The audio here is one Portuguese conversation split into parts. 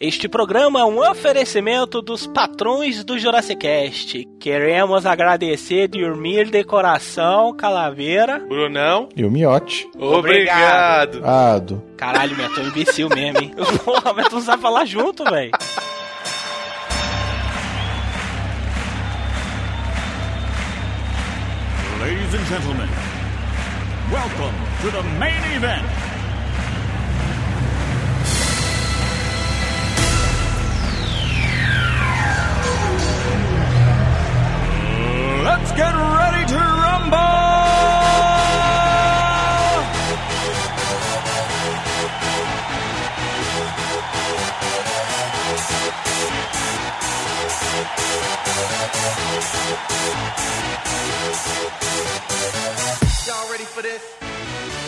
Este programa é um oferecimento dos patrões do Jurassicast. Queremos agradecer de Urmir Decoração, Calaveira. Brunão. E o miote. Obrigado. Ado. Caralho, meu, tô um imbecil mesmo, hein? Porra, mas tu não sabe falar junto, velho. Ladies and gentlemen, welcome to the main event. Let's get ready to rumble!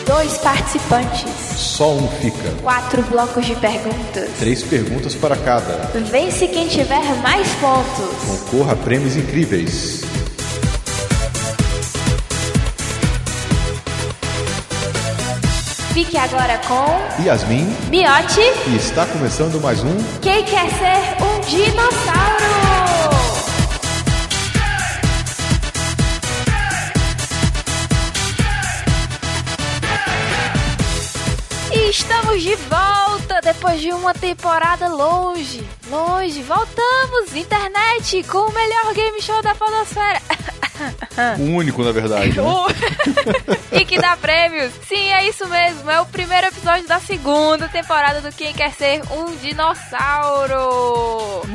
Dois participantes, Só um fica. quatro blocos de perguntas. Três perguntas para cada. Vence quem tiver mais pontos. Concorra a prêmios incríveis. Fique agora com Yasmin, Miote, e está começando mais um. quem quer ser um dinossauro? E Estamos de volta depois de uma temporada longe, longe. Voltamos, internet, com o melhor game show da podosfera. O Um único, na verdade. Né? Uh! e que dá prêmios. Sim, é isso mesmo. É o primeiro episódio da segunda temporada do Quem Quer Ser um Dinossauro.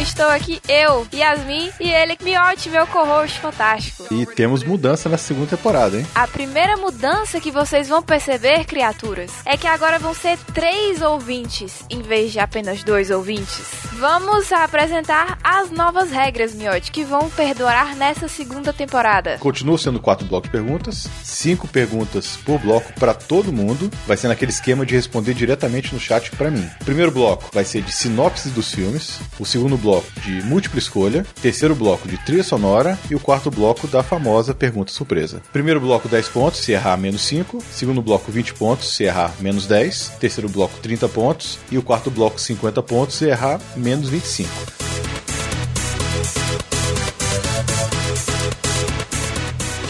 Estou aqui, eu, Yasmin, e ele, Miote, meu co-host fantástico. E temos mudança na segunda temporada, hein? A primeira mudança que vocês vão perceber, criaturas, é que agora vão ser três ouvintes em vez de apenas dois ouvintes. Vamos apresentar as novas regras, Miote, que vão perdurar nessa segunda temporada. Continua sendo quatro blocos de perguntas, cinco perguntas por bloco para todo mundo. Vai ser naquele esquema de responder diretamente no chat para mim. O primeiro bloco vai ser de sinopse dos filmes, o segundo bloco de múltipla escolha, o terceiro bloco de trilha sonora e o quarto bloco da famosa pergunta surpresa. Primeiro bloco 10 pontos, se errar menos 5, segundo bloco 20 pontos, se errar menos 10, terceiro bloco 30 pontos e o quarto bloco 50 pontos, se errar menos 25.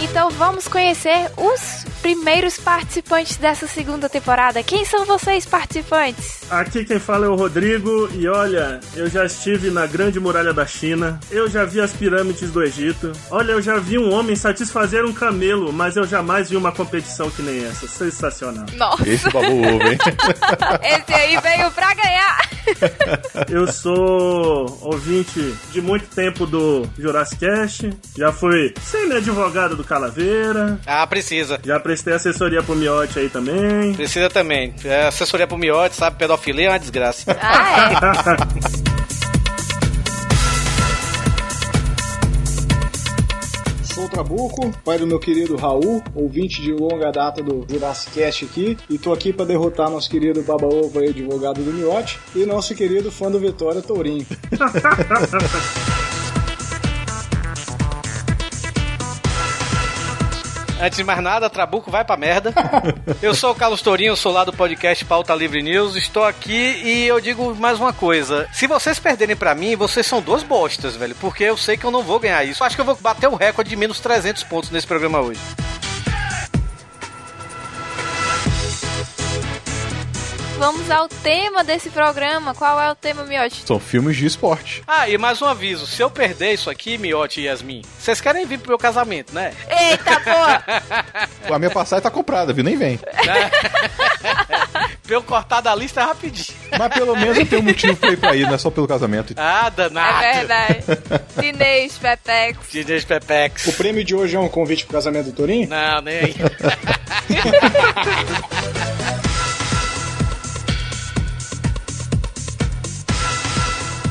Então vamos conhecer os primeiros participantes dessa segunda temporada. Quem são vocês, participantes? Aqui quem fala é o Rodrigo e olha, eu já estive na Grande Muralha da China, eu já vi as pirâmides do Egito, olha, eu já vi um homem satisfazer um camelo, mas eu jamais vi uma competição que nem essa. Sensacional. Nossa, Esse babou ovo, hein? esse aí veio pra ganhar. Eu sou ouvinte de muito tempo do Jurassic Cast, já fui semi-advogado do Calaveira, Ah, precisa. já prestei assessoria pro Miote aí também. Precisa também. É, assessoria pro miote, sabe? Pedofilia é uma desgraça. Ah, é. Sou o Trabuco, pai do meu querido Raul, ouvinte de longa data do Jurassic Cast aqui, e tô aqui pra derrotar nosso querido Baba Ovo aí, advogado do Miote, e nosso querido fã do Vitória Tourinho. Antes de mais nada, Trabuco vai pra merda. Eu sou o Carlos Tourinho, sou lá do podcast Pauta Livre News. Estou aqui e eu digo mais uma coisa. Se vocês perderem pra mim, vocês são dois bostas, velho. Porque eu sei que eu não vou ganhar isso. Acho que eu vou bater o recorde de menos 300 pontos nesse programa hoje. Vamos ao tema desse programa. Qual é o tema, Miote? São filmes de esporte. Ah, e mais um aviso. Se eu perder isso aqui, Miote e Yasmin, vocês querem vir pro meu casamento, né? Eita, porra! A minha passagem tá comprada, viu? Nem vem. Pra eu cortar da lista rapidinho. Mas pelo menos eu tenho um motivo pra ir pra ir, não é só pelo casamento. Ah, danado. É verdade. Chinês, Pepex. Dinês Pepex. O prêmio de hoje é um convite pro casamento do Tourinho? Não, nem aí.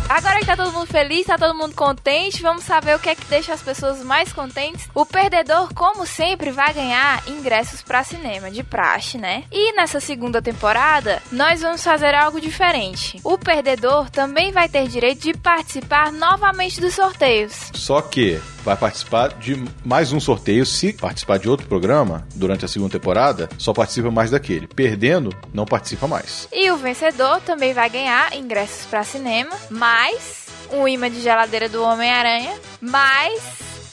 Agora que tá todo mundo feliz, tá todo mundo contente, vamos saber o que é que deixa as pessoas mais contentes. O perdedor, como sempre, vai ganhar ingressos pra cinema, de praxe, né? E nessa segunda temporada, nós vamos fazer algo diferente. O perdedor também vai ter direito de participar novamente dos sorteios. Só que vai participar de mais um sorteio. Se participar de outro programa durante a segunda temporada, só participa mais daquele. Perdendo, não participa mais. E o vencedor também vai ganhar ingressos pra cinema, mais um imã de geladeira do Homem-Aranha, mais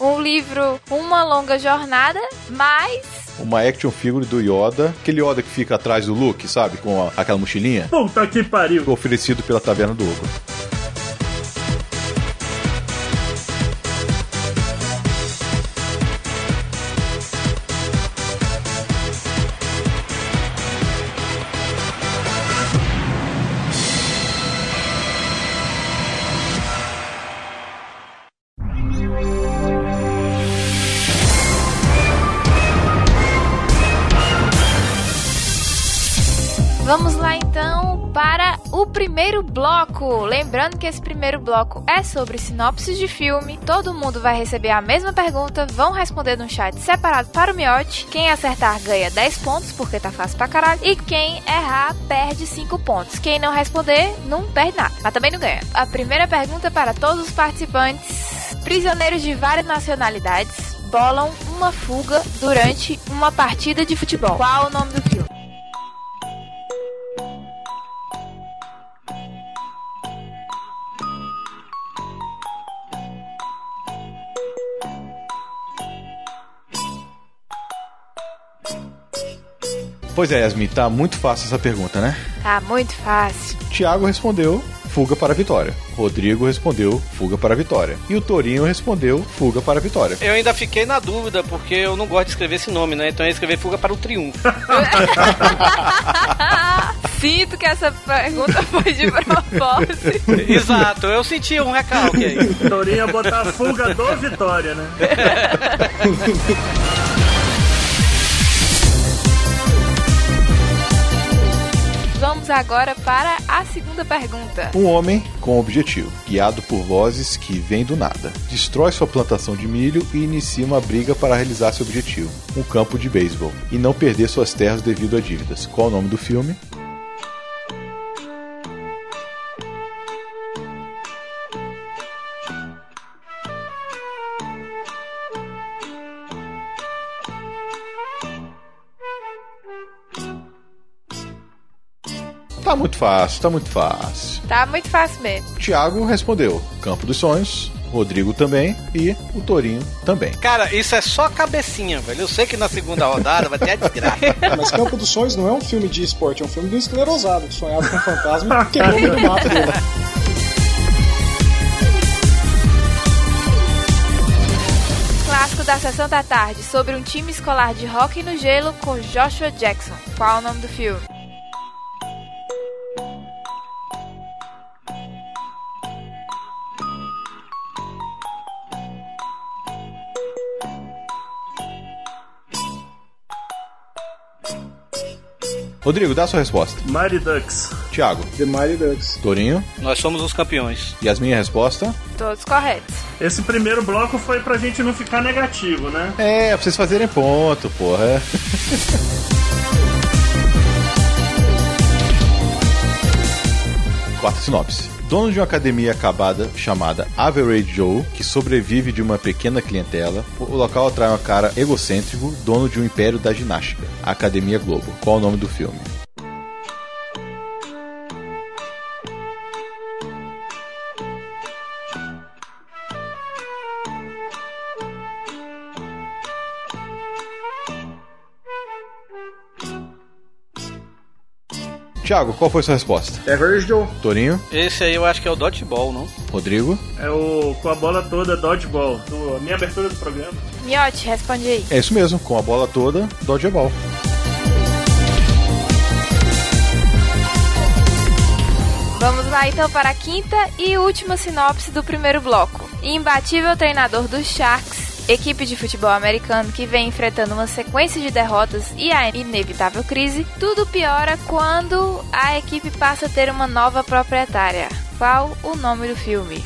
um livro Uma Longa Jornada, mais Uma action figure do Yoda, aquele Yoda que fica atrás do Luke, sabe? Com a- aquela mochilinha. Puta que pariu. Oferecido pela Taverna do Ogro. Vamos lá então para o primeiro bloco. Lembrando que esse primeiro bloco é sobre sinopses de filme. Todo mundo vai receber a mesma pergunta, vão responder num chat separado para o miote. Quem acertar ganha 10 pontos, porque tá fácil pra caralho. E quem errar perde 5 pontos. Quem não responder não perde nada, mas também não ganha. A primeira pergunta é para todos os participantes: prisioneiros de várias nacionalidades bolam uma fuga durante uma partida de futebol. Qual o nome do filme? Pois é, Yasmin, tá muito fácil essa pergunta, né? Tá muito fácil. Tiago respondeu fuga para a vitória. Rodrigo respondeu fuga para a vitória. E o Torinho respondeu fuga para a vitória. Eu ainda fiquei na dúvida, porque eu não gosto de escrever esse nome, né? Então eu ia escrever Fuga para o Triunfo. Sinto que essa pergunta foi de propósito. Exato, eu senti um recalque aí. Torinho ia botar a fuga do Vitória, né? Vamos agora para a segunda pergunta. Um homem com objetivo, guiado por vozes que vêm do nada, destrói sua plantação de milho e inicia uma briga para realizar seu objetivo, um campo de beisebol, e não perder suas terras devido a dívidas. Qual o nome do filme? Tá muito fácil, tá muito fácil. Tá muito fácil mesmo. Tiago respondeu: Campo dos Sonhos. Rodrigo também e o Torinho também. Cara, isso é só cabecinha, velho. Eu sei que na segunda rodada vai ter a desgraça. Mas Campo dos Sonhos não é um filme de esporte, é um filme do esclerosado, que sonhava com fantasma é e quebrou o mato dele. Clássico da sessão da tarde sobre um time escolar de hockey no gelo com Joshua Jackson. Qual o nome do filme? Rodrigo, dá a sua resposta. Mighty Ducks. Tiago, The Mighty Ducks. Torinho, Nós somos os campeões. e as minha resposta Todos corretos. Esse primeiro bloco foi pra gente não ficar negativo, né? é pra vocês fazerem ponto, porra. Quarta sinopse. Dono de uma academia acabada chamada Average Joe, que sobrevive de uma pequena clientela, o local atrai um cara egocêntrico, dono de um império da ginástica, a Academia Globo. Qual o nome do filme? Tiago, qual foi sua resposta? É Virgil. Torinho, Esse aí eu acho que é o dodgeball, não? Rodrigo. É o com a bola toda dodgeball. Do, a minha abertura do programa. Miotti, responde aí. É isso mesmo, com a bola toda, dodgeball. Vamos lá então para a quinta e última sinopse do primeiro bloco. Imbatível treinador dos Sharks, equipe de futebol americano que vem enfrentando uma sequência de derrotas e a inevitável crise, tudo piora quando a equipe passa a ter uma nova proprietária. Qual o nome do filme?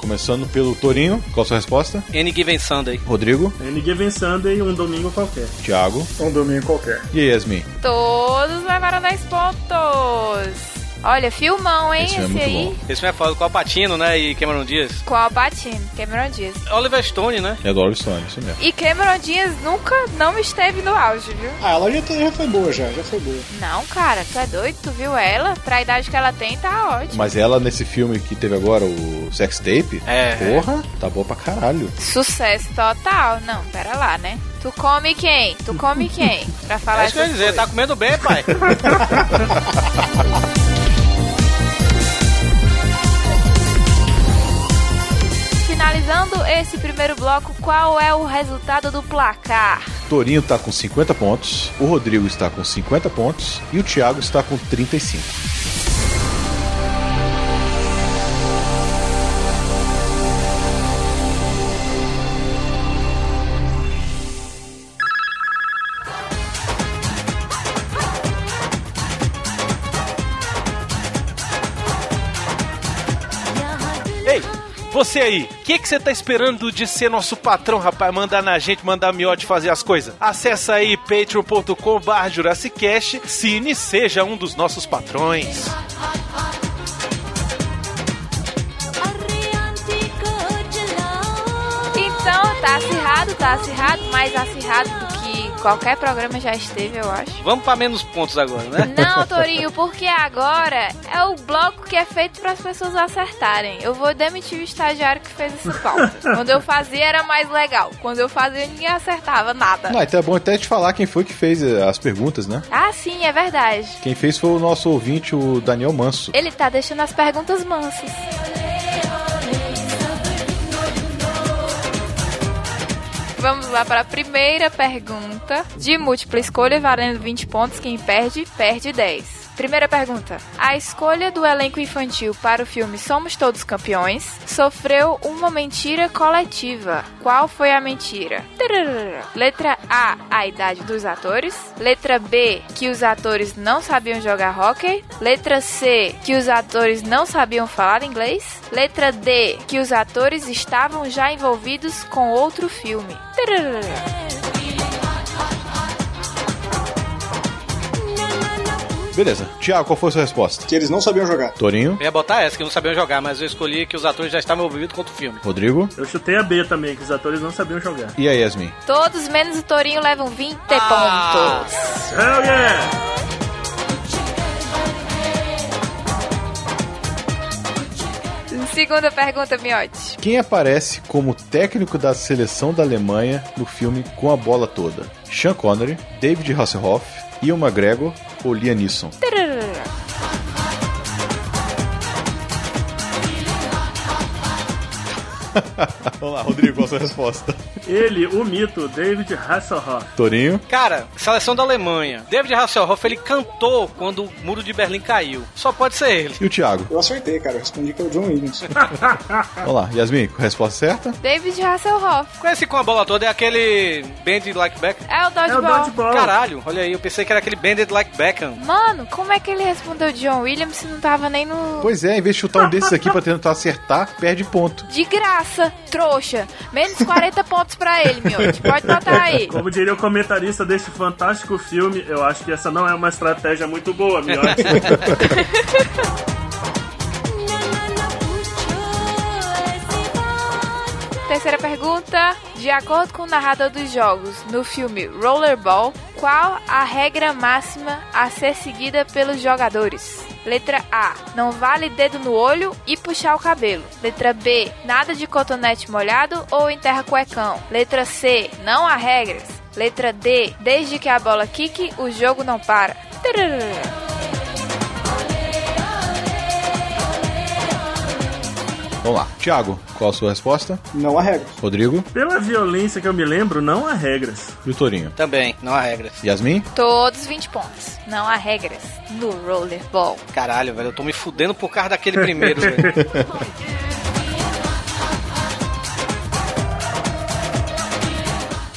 Começando pelo Torinho, qual a sua resposta? Any Given Sunday. Rodrigo, NG É Vem Sunday um domingo qualquer. Thiago Um domingo qualquer. e Yasmin. Todos levaram 10 pontos. Olha, filmão, hein, Esse esse, filme é muito aí. Esse filme é foda, com o Patino, né? E Cameron Diaz. Qual Batino? Cameron Diaz. Oliver Stone, né? É do Oliver Stone, isso mesmo. E Cameron Diaz nunca não esteve no auge, viu? Ah, ela já, tá- já foi boa, já. Já foi boa. Não, cara, tu é doido, tu viu ela? Pra idade que ela tem, tá ótimo. Mas ela nesse filme que teve agora, o Sex Tape, É. porra, tá boa pra caralho. Sucesso total. Não, pera lá, né? Tu come quem? Tu come quem? Pra falar É isso que eu ia essas dizer, tá coisas. comendo bem, pai. Finalizando esse primeiro bloco, qual é o resultado do placar? Torinho tá com 50 pontos, o Rodrigo está com 50 pontos e o Thiago está com 35. Ei, você aí, o que, que você tá esperando de ser nosso patrão, rapaz? Mandar na gente, mandar miote fazer as coisas? Acessa aí patreon.com barra Jurassicast, Cine, seja um dos nossos patrões. Então, tá acirrado, tá acirrado, mais acirrado do que qualquer programa já esteve, eu acho. Vamos pra menos pontos agora, né? Não, Torinho, porque agora é o bloco que é feito para as pessoas acertarem. Eu vou demitir o estagiário que fez essa pauta. Quando eu fazia era mais legal. Quando eu fazia, ninguém acertava Tá. nada. Não, então é bom até te falar quem foi que fez eh, as perguntas, né? Ah, sim, é verdade. Quem fez foi o nosso ouvinte, o Daniel Manso. Ele tá deixando as perguntas mansas. Vamos lá para a primeira pergunta de múltipla escolha, valendo 20 pontos. Quem perde, perde 10. Primeira pergunta. A escolha do elenco infantil para o filme Somos Todos Campeões sofreu uma mentira coletiva. Qual foi a mentira? Tararara. Letra A, a idade dos atores. Letra B, que os atores não sabiam jogar hockey. Letra C, que os atores não sabiam falar inglês. Letra D, que os atores estavam já envolvidos com outro filme. Tararara. Beleza. Thiago, qual foi a sua resposta? Que eles não sabiam jogar. Torinho, Eu ia botar essa, que não sabiam jogar, mas eu escolhi que os atores já estavam envolvidos contra o filme. Rodrigo Eu chutei a B também, que os atores não sabiam jogar. e a Yasmin. Todos menos o Torinho levam 20 Ah. pontos. Hell yeah! Segunda pergunta, Miotti. Quem aparece como técnico da seleção da Alemanha no filme Com a Bola Toda? Sean Connery, David Hasselhoff, Ian McGregor ou Liam Neeson? Tararara. Vamos lá, Rodrigo, qual a sua resposta? Ele, o mito, David Hasselhoff. Torinho, Cara, seleção da Alemanha. David Hasselhoff, ele cantou quando o muro de Berlim caiu. Só pode ser ele. e o Thiago? Eu acertei, cara. Eu respondi que é o John Williams. Vamos lá, Yasmin, resposta certa? David Hasselhoff. Conhece com a bola toda, é aquele Bandit Like Beckham. É o É o Dodgeball. dodgeball. Caralho, olha aí, eu pensei que era aquele Bandit Like Beckham. Mano, como é que ele respondeu John Williams se não tava nem no. Pois é, em vez de chutar um desses aqui pra tentar acertar, perde ponto. De graça, trouxa. Menos 40 pontos pra ele, Miotti. Pode botar aí. Como diria o comentarista deste fantástico filme, eu acho que essa não é uma estratégia muito boa, Miotti. Terceira pergunta. De acordo com o narrador dos jogos, no filme Rollerball, qual a regra máxima a ser seguida pelos jogadores? Letra A. Não vale dedo no olho e puxar o cabelo. Letra B. Nada de cotonete molhado ou em terra cuecão. Letra C. Não há regras. Letra D. Desde que a bola quique, o jogo não para. Tararara. Vamos lá, Thiago, qual a sua resposta? Não há regra. Rodrigo Pela violência que eu me lembro, não há regras. e o Torinho. Também, não há regras. Yasmin? Todos 20 pontos. Não há regras no Rollerball. Caralho, velho, eu tô me fudendo por causa daquele primeiro, velho.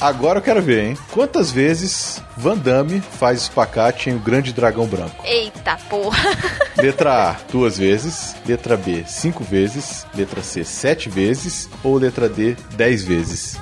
Agora eu quero ver, hein? Quantas vezes Van Damme faz espacate em O Grande Dragão Branco? Eita porra. Letra A, duas vezes. Letra B, cinco vezes. Letra C, sete vezes. Ou letra D, dez vezes.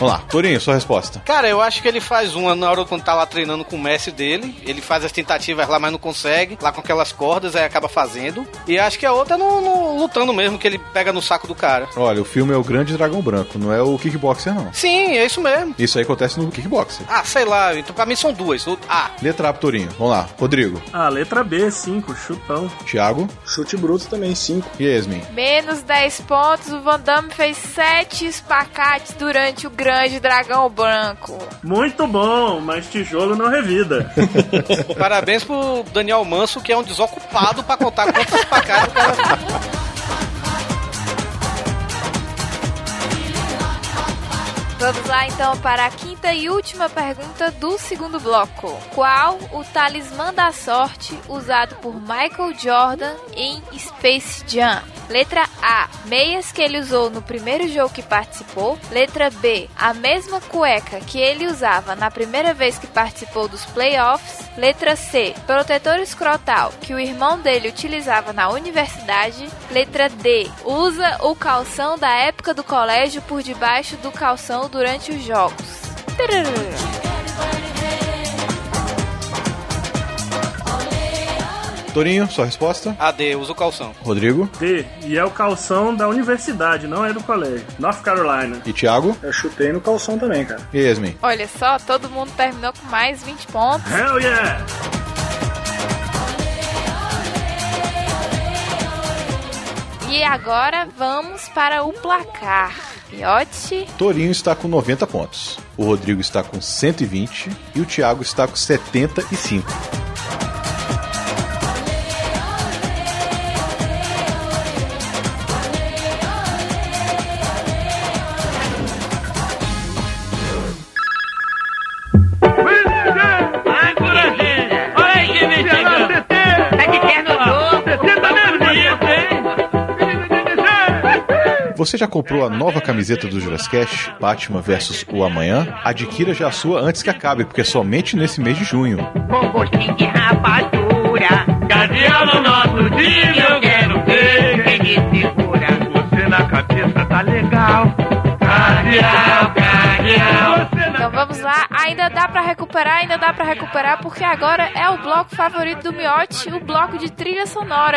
Vamos lá, Torinho, sua resposta. Cara, eu acho que ele faz uma na hora quando tá lá treinando com o mestre dele. Ele faz as tentativas lá, mas não consegue. Lá com aquelas cordas, aí acaba fazendo. E acho que a outra é no, no- lutando mesmo, que ele pega no saco do cara. Olha, o filme é O Grande Dragão Branco, não é o Kickboxer, não. Sim, é isso mesmo. Isso aí acontece no Kickboxer. Ah, sei lá. Então pra mim são duas. No- Ah, Letra A, pro Torinho. Vamos lá, Rodrigo, Ah, letra B, 5, chutão. Thiago Chute bruto também, 5. e Yasmin. Menos 10 pontos, o Van Damme fez 7 espacates durante o Grande Dragão Branco. Muito bom, mas tijolo não revida. parabéns pro Daniel Manso, que é um desocupado pra contar quantas pacadas o cara Vamos lá então para a quinta e última pergunta do segundo bloco. Qual o talismã da sorte usado por Michael Jordan em Space Jam? Letra A, meias que ele usou no primeiro jogo que participou. Letra B, a mesma cueca que ele usava na primeira vez que participou dos playoffs. Letra C, protetor escrotal que o irmão dele utilizava na universidade. Letra D, usa o calção da época do colégio por debaixo do calção durante os jogos. Tararara. Torinho, sua resposta. Ah, D, usa o calção. Rodrigo D, e é o calção da universidade, não é do colégio. North Carolina. e Thiago Eu chutei no calção também, cara. e Yasmin. Olha só, todo mundo terminou com mais 20 pontos. Hell yeah! E agora vamos para o placar. Piote, Torinho está com 90 pontos. O Rodrigo está com 120 e o Thiago está com 75. Você já comprou a nova camiseta do Jurassic Batman vs o Amanhã? Adquira já a sua antes que acabe, porque é somente nesse mês de junho. com gostinho de rapadura. Cadeia no nosso time, eu quero ver. Quem me segura? Você na cabeça tá legal. Cardeal, cardeal. então vamos lá. Ainda dá pra recuperar, ainda dá pra recuperar, porque agora é o bloco favorito do Miote, o bloco de trilha sonora.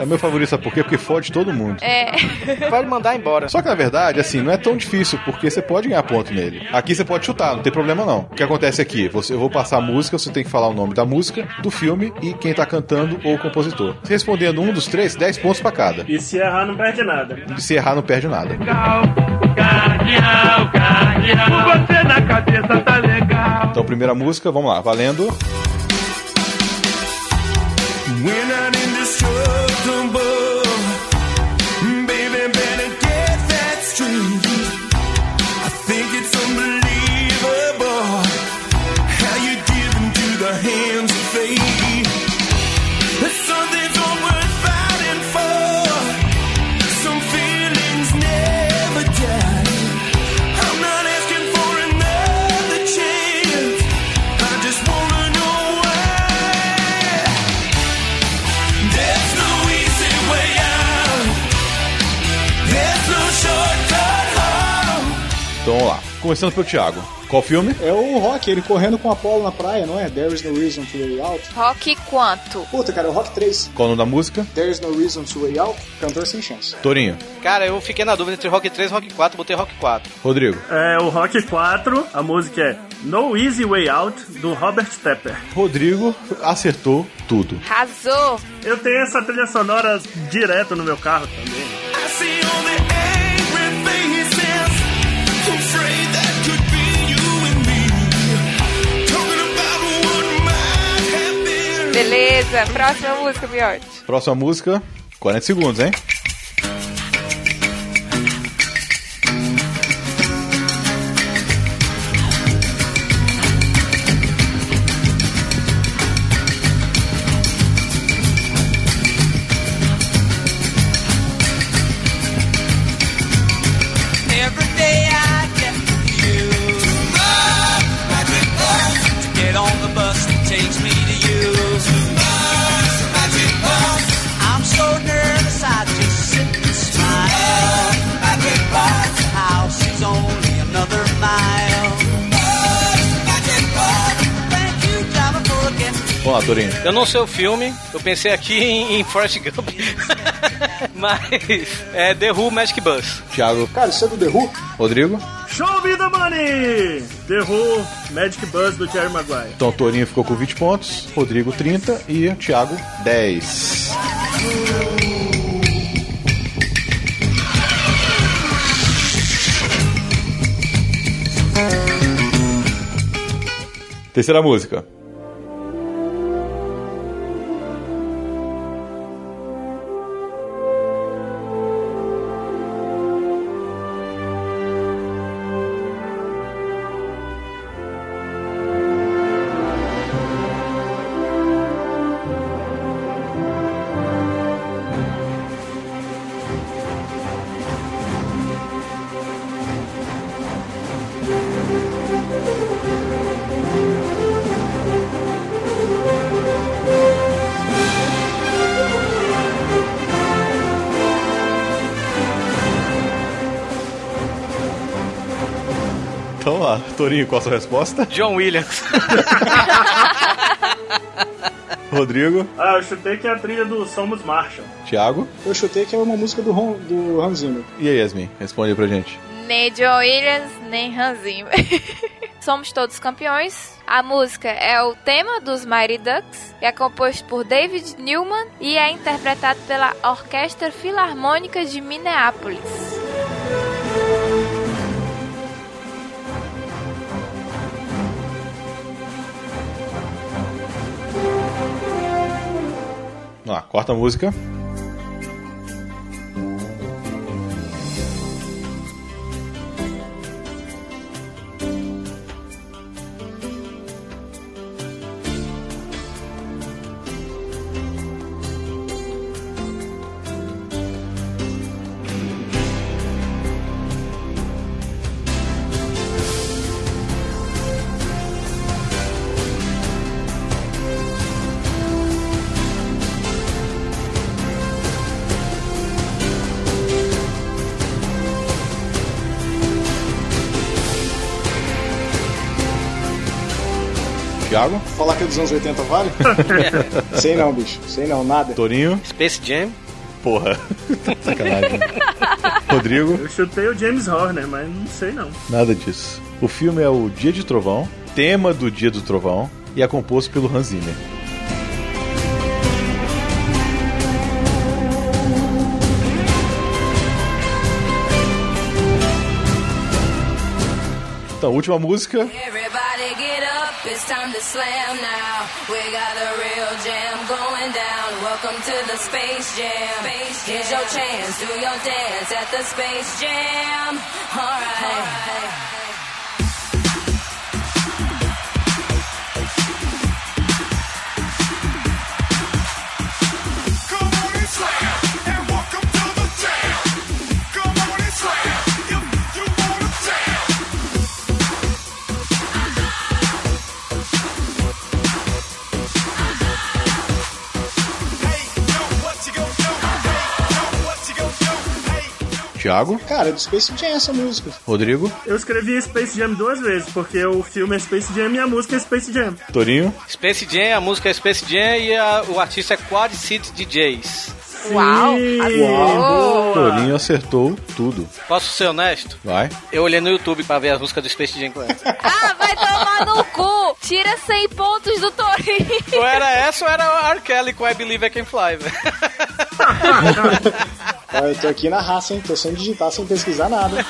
É meu favorito, sabe por quê? Porque fode todo mundo. É. Vai lhe mandar embora. Só que na verdade, assim, não é tão difícil, porque você pode ganhar ponto nele. Aqui você pode chutar, não tem problema não. O que acontece aqui? Você, eu vou passar a música, você tem que falar o nome da música, do filme e quem tá cantando ou o compositor. Respondendo um dos três, 10 pontos pra cada. E se errar, não perde nada. E se errar, não perde nada. Cardeal, cardeal. Você na cabeça tá legal. Então, primeira música, vamos lá, valendo. We're not indestructible. Baby, better get that straight. I think it's unbelievable how you give into the hands of fate. There's something all worth fighting for. Some feelings never die. I'm not asking for another chance. I just wanna know why. There's no easy way out. There's no shortcut home. Então, vamos lá. Começando pelo Thiago. Qual filme? É o Rock, ele correndo com a Apollo na praia, não é? There is no reason to way out. Rock quanto? Puta, cara, é o Rock 3. Qual o nome da música? There is no reason to way out. Cantor sem chance. Torinho. Cara, eu fiquei na dúvida entre Rock 3 e Rock 4, botei Rock 4. Rodrigo. É o Rock 4, a música é No Easy Way Out, do Robert Tepper. Rodrigo acertou tudo. Arrasou! Eu tenho essa trilha sonora direto no meu carro também. I see only angry faces. Afraid that could be you and me. Talking about what might have been. Beleza, próxima música, Miote. Próxima música, 40 segundos, hein? Vamos lá, Torinho. Eu não sei o filme, eu pensei aqui em, em Forrest Gump. Mas é The Who Magic Bus. Thiago. Cara, isso é do The Who? Rodrigo. Show me the money! The Who, Magic Buzz do Jerry Maguire. Então, Torinho ficou com 20 pontos, Rodrigo 30 e Thiago 10. Terceira música. Então, lá, Torinho, qual a sua resposta? John Williams. Rodrigo, Ah, eu chutei que é a trilha do Somos Marshall. Thiago Eu chutei que é uma música do, Ron, do Hans Zimmer. e a Yasmin. Responde aí pra gente. Nem John Williams, nem Hanzinho. Somos todos campeões. A música é o tema dos Mighty Ducks, é composto por David Newman e é interpretado pela Orquestra Filarmônica de Minneapolis. Vamos lá, quarta música. Thiago, Falar que é dos anos 80 vale? Sei não, bicho. Sei não, nada. Torinho, Space Jam. porra. Tá Sacanagem. Rodrigo, Eu chutei o James Horner, mas não sei não. nada disso. O filme é o Dia de Trovão, tema do Dia do Trovão e é composto pelo Hans Zimmer. Então, última música. Everybody get up, it's time to slam now. We got a real jam going down. Welcome to the Space Jam. Space Jam. Here's your chance, do your dance at the Space Jam. Alright. Come on and slam and welcome to the jam. Come on and slam if you wanna jam. Hey yo, what you gonna do? Hey yo, what you gonna do? Hey yo. Thiago, Cara, é do Space Jam essa música. Rodrigo, Eu escrevi Space Jam duas vezes, porque o filme é Space Jam e a música é Space Jam. Torinho, Space Jam, a música é Space Jam e a- o artista é Quad City DJs. Uau! Sim. Torinho acertou tudo. Posso ser honesto? Vai. Eu olhei no YouTube pra ver as músicas do Space Jam. claro. Ah, vai tomar no cu! Tira 100 pontos do Torinho! ou era essa ou era o R. Kelly com I Believe I Can Fly, velho. Ó, Eu tô aqui na raça, hein? Tô sem digitar, sem pesquisar on nada. the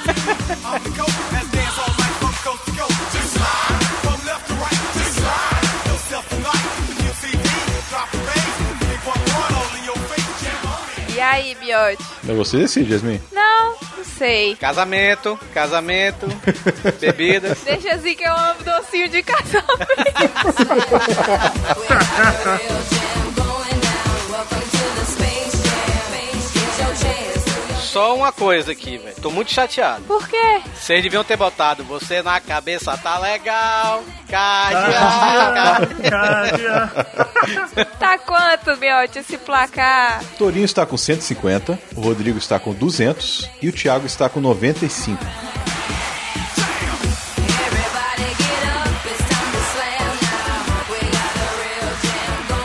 coast and dance all night from coast to coast. Just slide from left to right. Just slide yourself tonight. You see me drop a bass, big one one all in your face. Jam on it. E aí, Biote? É você decide, Yasmin. Não, não sei. Casamento, casamento, bebidas. Deixa assim que eu amo docinho de casamento. Só uma coisa aqui, velho. Tô muito chateado. Por quê? Vocês deviam ter botado você na cabeça, tá legal. Cardeal. Cara, Tá quanto, Biote, esse placar? Torinho está com 150, o Rodrigo está com 200 e o Thiago está com 95. Everybody get up, it's time to slam now. We got a real jam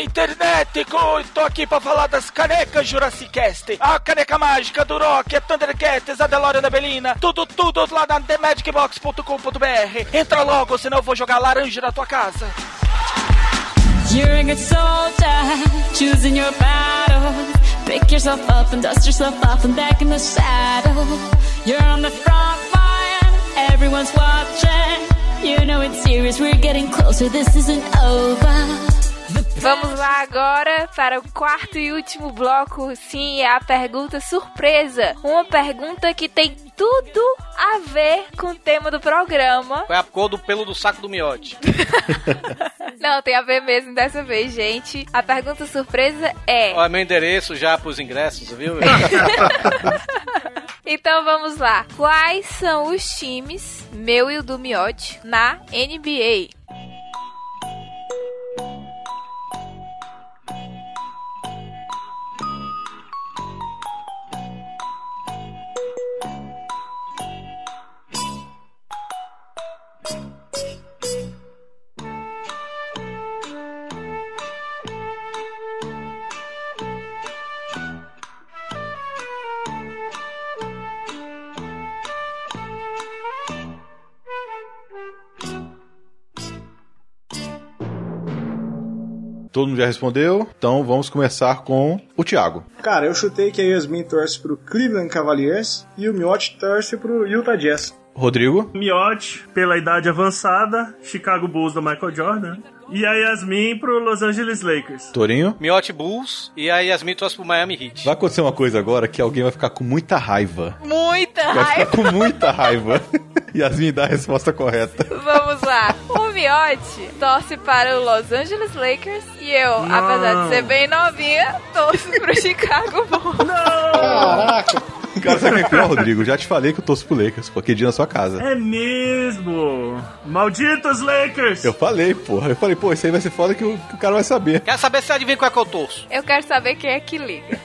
internet, go, estou aqui pra falar das canecas Jurassicast. A caneca mágica do Rock, a Thundercats, a DeLorean da Belina, tudo, tudo lá na TheMagicBox.com.br. Entra logo, senão eu vou jogar laranja na tua casa. You're a good soldier, choosing your battles. Pick yourself up and dust yourself off and back in the saddle. You're on the front line, everyone's watching. You know it's serious, we're getting closer, this isn't over. Vamos lá agora para o quarto e último bloco. Sim, é a pergunta surpresa. Uma pergunta que tem tudo a ver com o tema do programa. Foi a cor do pelo do saco do miote. Não, tem a ver mesmo dessa vez, gente. A pergunta surpresa é. Ó, meu endereço já pros ingressos, viu? Então vamos lá. Quais são os times, meu e o do Miotti, na NBA? Todo mundo já respondeu, então vamos começar com o Thiago. Cara, eu chutei que a Yasmin torce pro Cleveland Cavaliers e o Miotti torce pro Utah Jazz. Rodrigo, Miotti, pela idade avançada, Chicago Bulls do Michael Jordan. E a Yasmin pro Los Angeles Lakers. Torinho. Miote Bulls e a Yasmin trouxe pro Miami Heat. Vai acontecer uma coisa agora que alguém vai ficar com muita raiva. Muita Vai raiva! ficar com muita raiva. Yasmin dá a resposta correta. Vamos lá. O Miotti torce para o Los Angeles Lakers e eu, Não. apesar de ser bem novinha, torço pro Chicago Bulls. Caraca! Cara, sabe o que é pior, Rodrigo? Já te falei que eu torço pro Lakers, pô, aquele dia na sua casa. É mesmo! Malditos Lakers! Eu falei, porra. Eu falei, pô, isso aí vai ser foda que o, que o cara vai saber. Quero saber se você adivinha qual é que eu torço. Eu quero saber quem é que liga.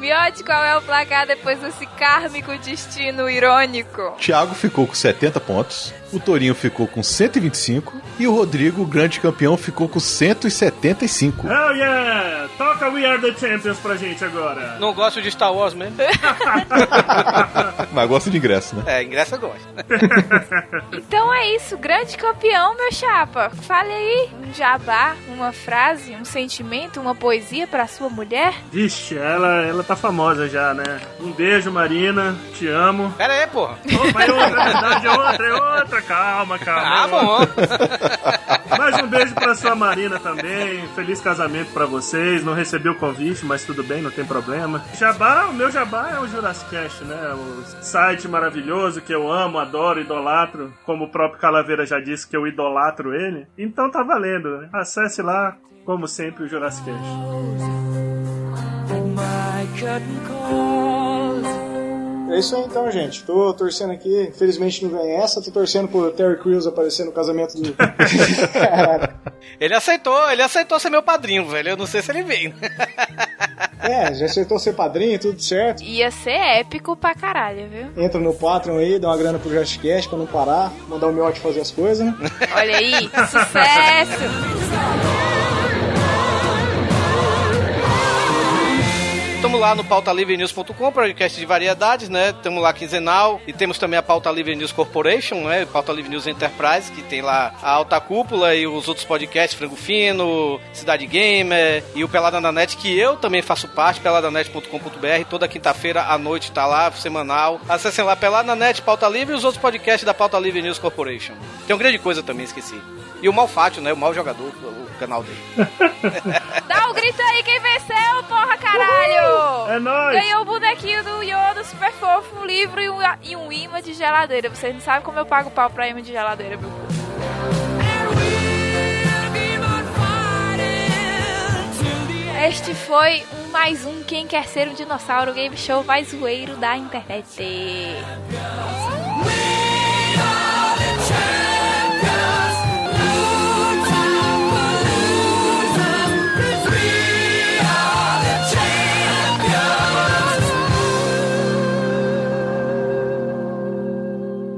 Miotti, qual é o placar depois desse kármico destino irônico? Thiago ficou com 70 pontos, o Torinho ficou com 125 e o Rodrigo, o grande campeão, ficou com 175. Hell yeah! Toca We Are The Champions pra gente agora. Não gosto de Star Wars mesmo. Mas gosta de ingresso, né? É, ingresso eu gosto. Então é isso, grande campeão, meu chapa. Fale aí um jabá, uma frase, um sentimento, uma poesia pra sua mulher. Vixe, ela, ela tá famosa já, né? Um beijo, Marina. Te amo. Pera aí, porra. Opa, é outra, na verdade, é outra, é outra. Calma, calma. é Ah, bom. Mais um beijo pra sua Marina também. Feliz casamento pra vocês. Não recebi o convite, mas tudo bem, não tem problema. Jabá, o meu jabá é o Jurassicast, né? O site maravilhoso que eu amo, adoro, idolatro. Como o próprio Calaveira já disse que eu idolatro ele. Então tá valendo. né? Acesse lá, como sempre, o Jurassicast. É isso aí então, gente. Tô torcendo aqui, infelizmente não ganhei essa, tô torcendo pro Terry Crews aparecer no casamento do. Caraca. Ele aceitou, ele aceitou ser meu padrinho, velho. Eu não sei se ele vem. É, já acertou ser padrinho, tudo certo. Ia ser épico pra caralho, viu? Entra no Patreon aí, dá uma grana pro JustCast pra não parar, mandar o Miotti fazer as coisas, né? Olha aí, sucesso! Estamos lá no pautalivrenews.com, podcast de variedades, né? Estamos lá quinzenal e temos também a Pauta Livre News Corporation, né? Pauta Livre News Enterprise, que tem lá a Alta Cúpula e os outros podcasts, Frango Fino, Cidade Gamer e o Pelada na Net, que eu também faço parte, peladanet.com.br, toda quinta-feira à noite tá lá, semanal. Acessem lá Pelada na Net, Pauta Livre e os outros podcasts da Pauta Livre News Corporation. Tem uma grande coisa também, esqueci. E o Malfátio, né? O Mal Jogador, o canal dele. Dá o grito aí quem venceu, porra, caralho! É nóis! Ganhou o bonequinho do Yoda, super fofo, um livro e um, e um imã de geladeira. Vocês não sabem como eu pago pau pra imã de geladeira, meu povo. Este foi um mais um Quem Quer Ser um Dinossauro, o game show mais zoeiro da internet.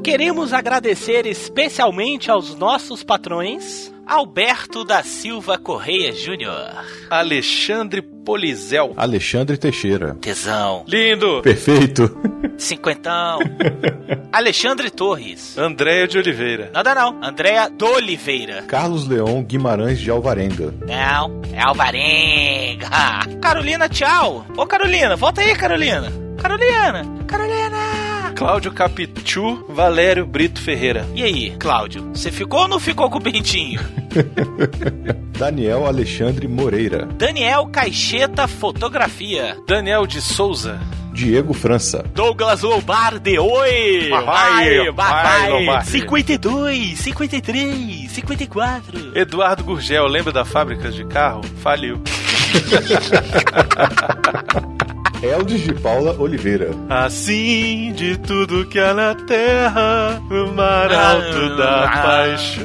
queremos agradecer especialmente aos nossos patrões. Alberto da Silva Correia Júnior. Alexandre Polizel. Alexandre Teixeira. Tesão. Lindo! Perfeito. Cinquentão. Alexandre Torres. Andréia de Oliveira. Nada não. Andréa do Oliveira. Carlos Leon Guimarães de Alvarenga. Não, é Alvarenga. Carolina, tchau. Ô, Carolina, volta aí, Carolina. Carolina, Carolina. Cláudio Capitu Valério Brito Ferreira. E aí, Cláudio, você ficou ou não ficou com o Bentinho? Daniel Alexandre Moreira. Daniel Caixeta Fotografia. Daniel de Souza. Diego França. Douglas Lombardi, oi! Vai, vai, Lombardi. 52, 53, 54. Eduardo Gurgel, lembra da fábrica de carro? Faliu. Eldes de Paula Oliveira. Assim de tudo que há na terra, o mar alto da paixão.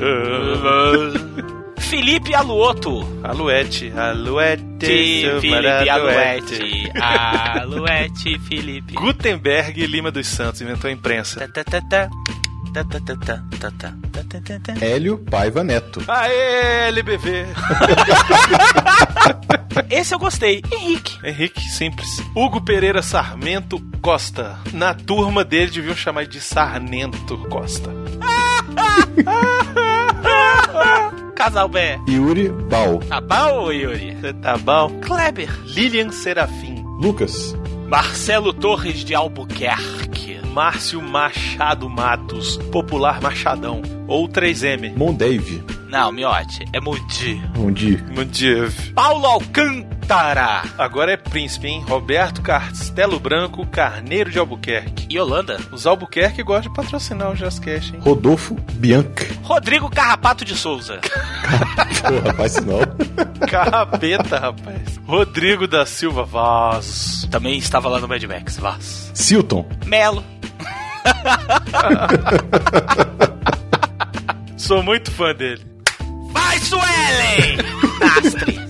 Felipe Aluoto. Aluete, aluete, seu Felipe Aluete. Aluete, Felipe. Gutenberg Lima dos Santos inventou a imprensa. Tá, tá, tá, tá. Tá, tá, tá, tá, tá, tá, tá, tá, tá, tá. Hélio Paiva Neto. Aê, LBV! Esse eu gostei. Henrique. Henrique Simples. Hugo Pereira Sarmento Costa. Na turma dele deviam chamar de Sarmento Costa. Casal B. Yuri Bal. Tá bom, Yuri? Cê Tá bom? Kleber. Lilian Serafim. Lucas. Marcelo Torres de Albuquerque. Márcio Machado Matos. Popular Machadão. Ou 3M. Mondave. Não, Miote, é Mudi. Onde? Mundiv. Paulo Alcântara. Agora é príncipe, hein? Roberto Castelo Branco Carneiro de Albuquerque. E Holanda. Os Albuquerque gostam de patrocinar o Jazzcast, hein? Rodolfo Bianca. Rodrigo Carrapato de Souza. Pô, rapaz, isso não. Carrapeta, rapaz. Rodrigo da Silva Vaz. Também estava lá no Mad Max. Vaz. Silton. Melo. Sou muito fã dele. Vai, Suelen! Nastre.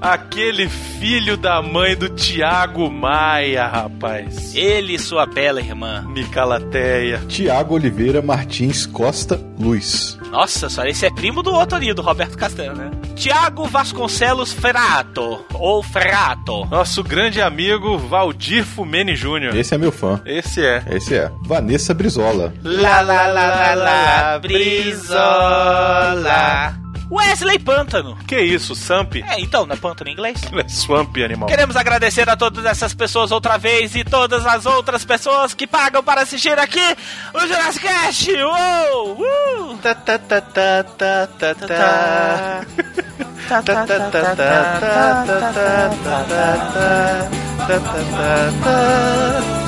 Aquele filho da mãe do Tiago Maia, rapaz. Ele e sua bela irmã. Micalateia. Tiago Oliveira Martins Costa Luz. Nossa senhora, esse é primo do outro ali, do Roberto Castelo, né? Tiago Vasconcelos Frato. Ou Frato. Nosso grande amigo Valdir Fumene Júnior. Esse é meu fã. Esse é. Esse é. Vanessa Brizola. Lá, lá, lá, lá, lá, Brizola. Wesley Pântano. Que isso, Samp? É, então, não é Pântano em inglês? É Swamp, animal. Queremos agradecer a todas essas pessoas outra vez e todas as outras pessoas que pagam para assistir aqui o Jurassic Cast. Uou! Uh! Tá, tá, tá, tá, tá, tá, tá. Tá, tá, tá, tá, tá, tá, tá, tá, tá, tá, tá, tá, tá, tá.